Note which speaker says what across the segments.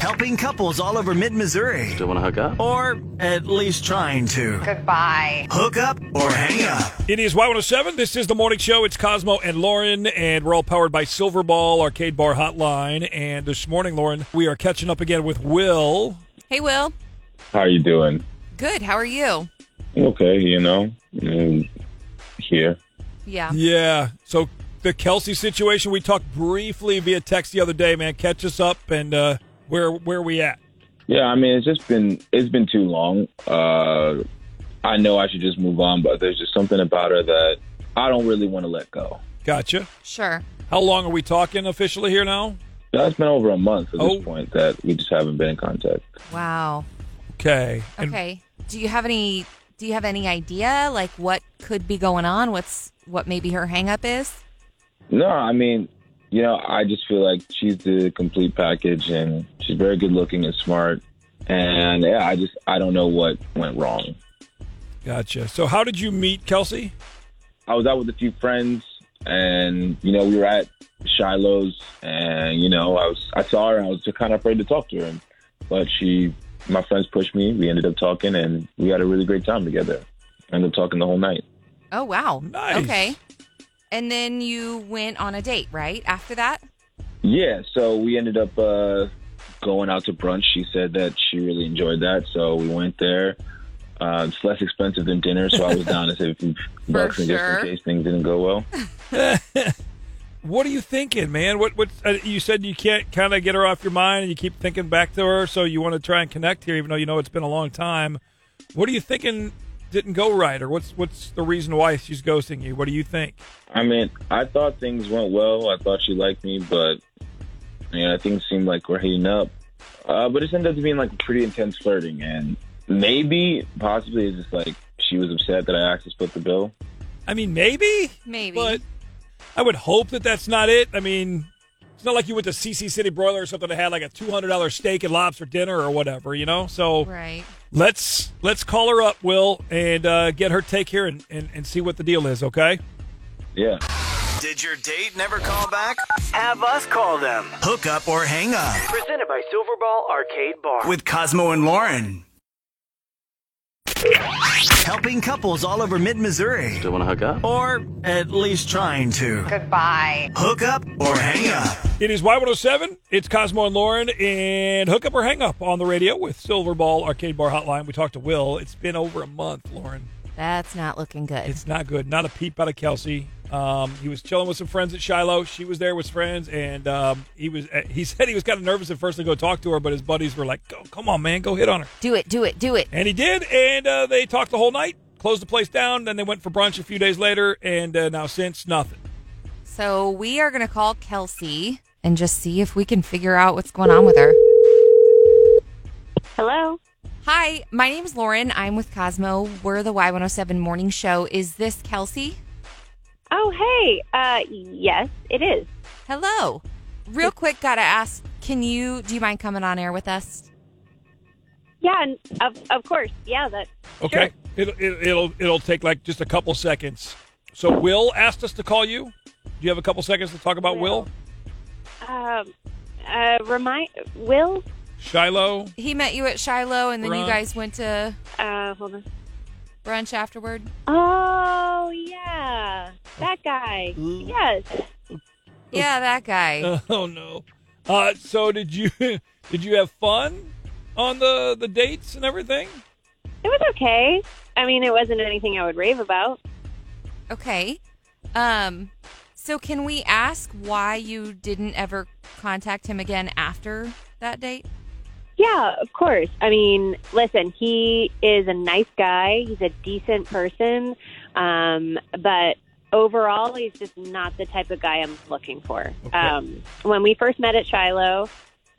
Speaker 1: helping couples all over mid Missouri.
Speaker 2: Still want to hook up?
Speaker 1: Or at least trying to.
Speaker 3: Goodbye.
Speaker 1: Hook up or hang up.
Speaker 4: It is Y107. This is the morning show. It's Cosmo and Lauren, and we're all powered by Silverball Arcade Bar Hotline. And this morning, Lauren, we are catching up again with Will.
Speaker 3: Hey, Will.
Speaker 5: How are you doing?
Speaker 3: Good. How are you?
Speaker 5: Okay, you know, mm, here.
Speaker 3: Yeah.
Speaker 4: Yeah. So the Kelsey situation, we talked briefly via text the other day, man. Catch us up and uh, where where we at?
Speaker 5: Yeah, I mean, it's just been it's been too long. Uh, I know I should just move on, but there's just something about her that I don't really want to let go.
Speaker 4: Gotcha.
Speaker 3: Sure.
Speaker 4: How long are we talking officially here now?
Speaker 5: That's been over a month at
Speaker 4: Oh.
Speaker 5: this point that we just haven't been in contact.
Speaker 3: Wow.
Speaker 4: Okay. And
Speaker 3: Okay. Do you have any do you have any idea like what could be going on? What's what maybe her hangup is?
Speaker 5: No, I mean, you know, I just feel like she's the complete package, and she's very good looking and smart. And yeah, I just I don't know what went wrong.
Speaker 4: Gotcha. So how did you meet Kelsey?
Speaker 5: I was out with a few friends, and you know we were at Shiloh's, and you know I was I saw her, and I was just kind of afraid to talk to her, and- but she, my friends pushed me. We ended up talking, and we had a really great time together. Ended up talking the whole night.
Speaker 3: Oh wow.
Speaker 4: Nice.
Speaker 3: Okay. And then you went on a date, right? After that?
Speaker 5: Yeah, so we ended up uh, going out to brunch. She said that she really enjoyed that, so we went there. Uh, it's less expensive than dinner, so I was down to save a few bucks and just
Speaker 3: sure.
Speaker 5: in case things didn't go well.
Speaker 4: What are you thinking, man? What what uh, you said you can't kind of get her off your mind, and you keep thinking back to her, so you want to try and connect here, even though you know it's been a long time. What are you thinking? Didn't go right, or what's what's the reason why she's ghosting you? What do you think?
Speaker 5: I mean, I thought things went well. I thought she liked me, but you know, things seemed like we're heating up. Uh, but it ended up being like pretty intense flirting, and maybe, possibly, it's just like she was upset that I asked to split the bill.
Speaker 4: I mean, maybe,
Speaker 3: Maybe.
Speaker 4: but I would hope that that's not it. I mean, it's not like you went to CC City Broiler or something that had like a two hundred dollar steak and lobster dinner or whatever, you know. So
Speaker 3: Right.
Speaker 4: let's let's call her up, Will, and uh, get her take here and, and and see what the deal is. Okay.
Speaker 5: Yeah.
Speaker 1: Did your date never call back?
Speaker 6: Have us call them.
Speaker 1: Hook up or hang up
Speaker 6: Presented by Silverball Arcade Bar.
Speaker 1: with Cosmo and Lauren. Helping couples all over mid Missouri.
Speaker 2: Still want to hook up?
Speaker 1: Or at least trying to.
Speaker 3: Goodbye.
Speaker 1: Hook up or hang up.
Speaker 4: It is Y107. It's Cosmo and Lauren and Hook Up or Hang Up on the radio with Silverball Arcade Bar Hotline. We talked to Will. It's been over a month, Lauren.
Speaker 3: That's not looking good.
Speaker 4: It's not good. Not a peep out of Kelsey. Um, he was chilling with some friends at Shiloh. She was there with friends, and um, he was. He said he was kind of nervous at first to go talk to her, but his buddies were like, "Go, come on, man, go hit on her."
Speaker 3: do it, do it, do it.
Speaker 4: And he did, and uh, they talked the whole night, closed the place down. Then they went for brunch a few days later, and uh, now since nothing.
Speaker 3: So we are gonna call Kelsey and just see if we can figure out what's going on with her.
Speaker 7: Hello.
Speaker 3: Hi, my name's Lauren. I'm with Cosmo. We're the Y107 morning show. Is this Kelsey?
Speaker 7: Oh, hey. Uh, yes, it is.
Speaker 3: Hello. Real quick, gotta ask, can you do you mind coming on air with us?
Speaker 7: Yeah, and of of course. Yeah, that.
Speaker 4: Okay. It'll, it'll it'll it'll take like just a couple seconds. So Will asked us to call you. Do you have a couple seconds to talk about Will?
Speaker 7: Sure. Um, uh, remind Will.
Speaker 4: Shiloh.
Speaker 3: He met you at Shiloh and then you
Speaker 4: Brunch.
Speaker 3: guys went to
Speaker 7: Uh, hold on.
Speaker 3: brunch afterward.
Speaker 7: Oh yeah, that guy. Yes.
Speaker 3: Yeah, that guy.
Speaker 4: Oh no. Uh, so did you did you have fun on the the dates and everything?
Speaker 7: It was okay. I mean, it wasn't anything I would rave about.
Speaker 3: Okay. Um so can we ask why you didn't ever contact him again after that date?
Speaker 7: Yeah, of course. I mean, listen, he is a nice guy. He's a decent person. Um, but overall, he's just not the type of guy I'm looking for.
Speaker 4: Okay.
Speaker 7: Um, when we first met at Shiloh,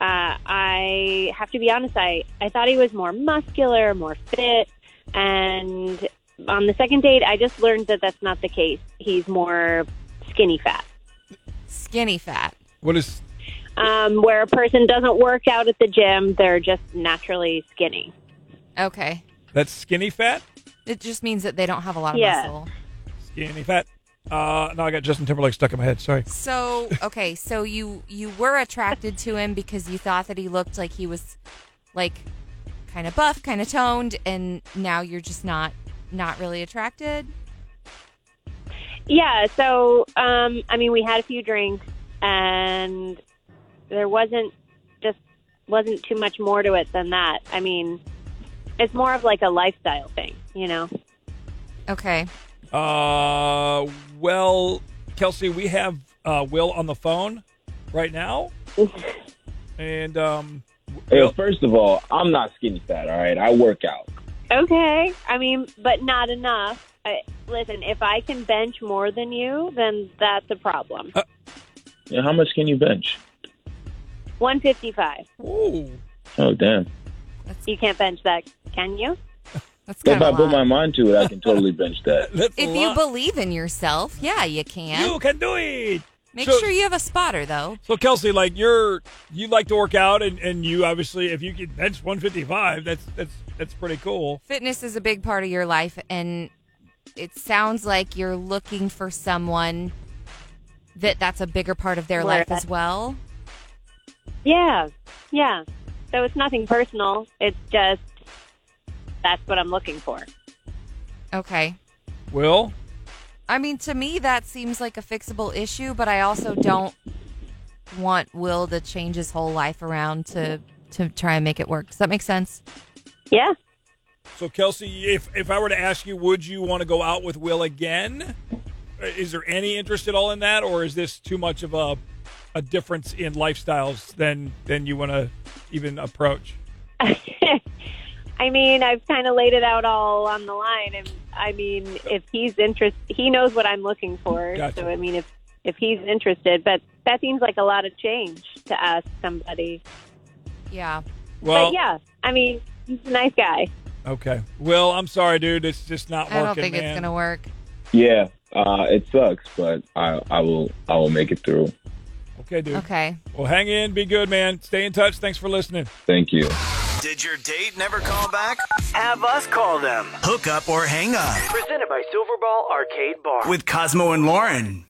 Speaker 7: uh, I have to be honest, I, I thought he was more muscular, more fit. And on the second date, I just learned that that's not the case. He's more skinny fat.
Speaker 3: Skinny fat.
Speaker 4: What is
Speaker 7: Um, where a person doesn't work out at the gym, they're just naturally skinny.
Speaker 3: Okay.
Speaker 4: that skinny fat?
Speaker 3: It just means that they don't have a lot of
Speaker 7: Yeah.
Speaker 3: muscle.
Speaker 4: Skinny fat. Uh, no, I got Justin Timberlake stuck in my head. Sorry.
Speaker 3: So okay, so you you were attracted to him because you thought that he looked like he was like kind of buff, kind of toned, and now you're just not not really attracted.
Speaker 7: Yeah, so um, I mean, we had a few drinks, and there wasn't just wasn't too much more to it than that. I mean, it's more of like a lifestyle thing, you know.
Speaker 3: Okay.
Speaker 4: Uh, well, Kelsey, we have uh, Will on the phone right now, and um,
Speaker 5: Hey, first of all, I'm not skinny fat. All right, I work out.
Speaker 7: Okay, I mean, but not enough. I, listen, if I can bench more than you, then that's a problem.
Speaker 5: Yeah, how much can you bench?
Speaker 7: One fifty-five.
Speaker 4: ooh,
Speaker 5: Oh damn!
Speaker 7: You can't bench that, can you?
Speaker 3: That's kind
Speaker 5: If I
Speaker 3: of
Speaker 5: put my mind to it, I can totally bench that.
Speaker 4: that's a
Speaker 3: If you
Speaker 4: lot.
Speaker 3: believe in yourself, yeah, you can.
Speaker 4: you can do it.
Speaker 3: Make
Speaker 4: So-
Speaker 3: sure you have a spotter though.
Speaker 4: So Kelsey, like you're you like to work out, and, and you obviously if you can that's 155. That's that's that's pretty cool.
Speaker 3: Fitness is a big part of your life and it sounds like you're looking for someone that that's a bigger part of their
Speaker 7: Where-
Speaker 3: life as well.
Speaker 7: Yeah, yeah. So it's nothing personal. It's just that's what I'm looking for.
Speaker 3: Okay.
Speaker 4: Will
Speaker 3: I mean, to me, that seems like a fixable issue, but I also don't want Will to change his whole life around to to try and make it work. Does that make sense?
Speaker 7: Yeah.
Speaker 4: so Kelsey, if if I were to ask you, would you want to go out with Will again? Uh, Is there any interest at all in that, or is this too much of a a difference in lifestyles than than you want to even approach?
Speaker 3: Uh,
Speaker 7: I mean, I've kind of laid it out all on the line, and I mean, if he's interested, he knows what I'm looking for.
Speaker 4: Gotcha.
Speaker 7: So I mean, if if he's interested, but that seems like a lot of change to ask somebody.
Speaker 3: Yeah.
Speaker 4: Well,
Speaker 7: but yeah, I mean, he's a nice guy.
Speaker 4: okay. Will, I'm sorry, dude. It's just not
Speaker 3: I
Speaker 4: working.
Speaker 3: don't think it's
Speaker 4: man.
Speaker 3: going to work.
Speaker 5: Yeah, uh, it sucks, but I, I will I will make it through.
Speaker 4: Okay, dude.
Speaker 3: Okay.
Speaker 4: Well, hang in, be good, man. Stay in touch. Thanks for listening.
Speaker 5: Thank you.
Speaker 1: Did your date never call back?
Speaker 6: Have us call them.
Speaker 1: Hook up or hang up
Speaker 6: Presented by Silverball Arcade Bar.
Speaker 1: with Cosmo and Lauren.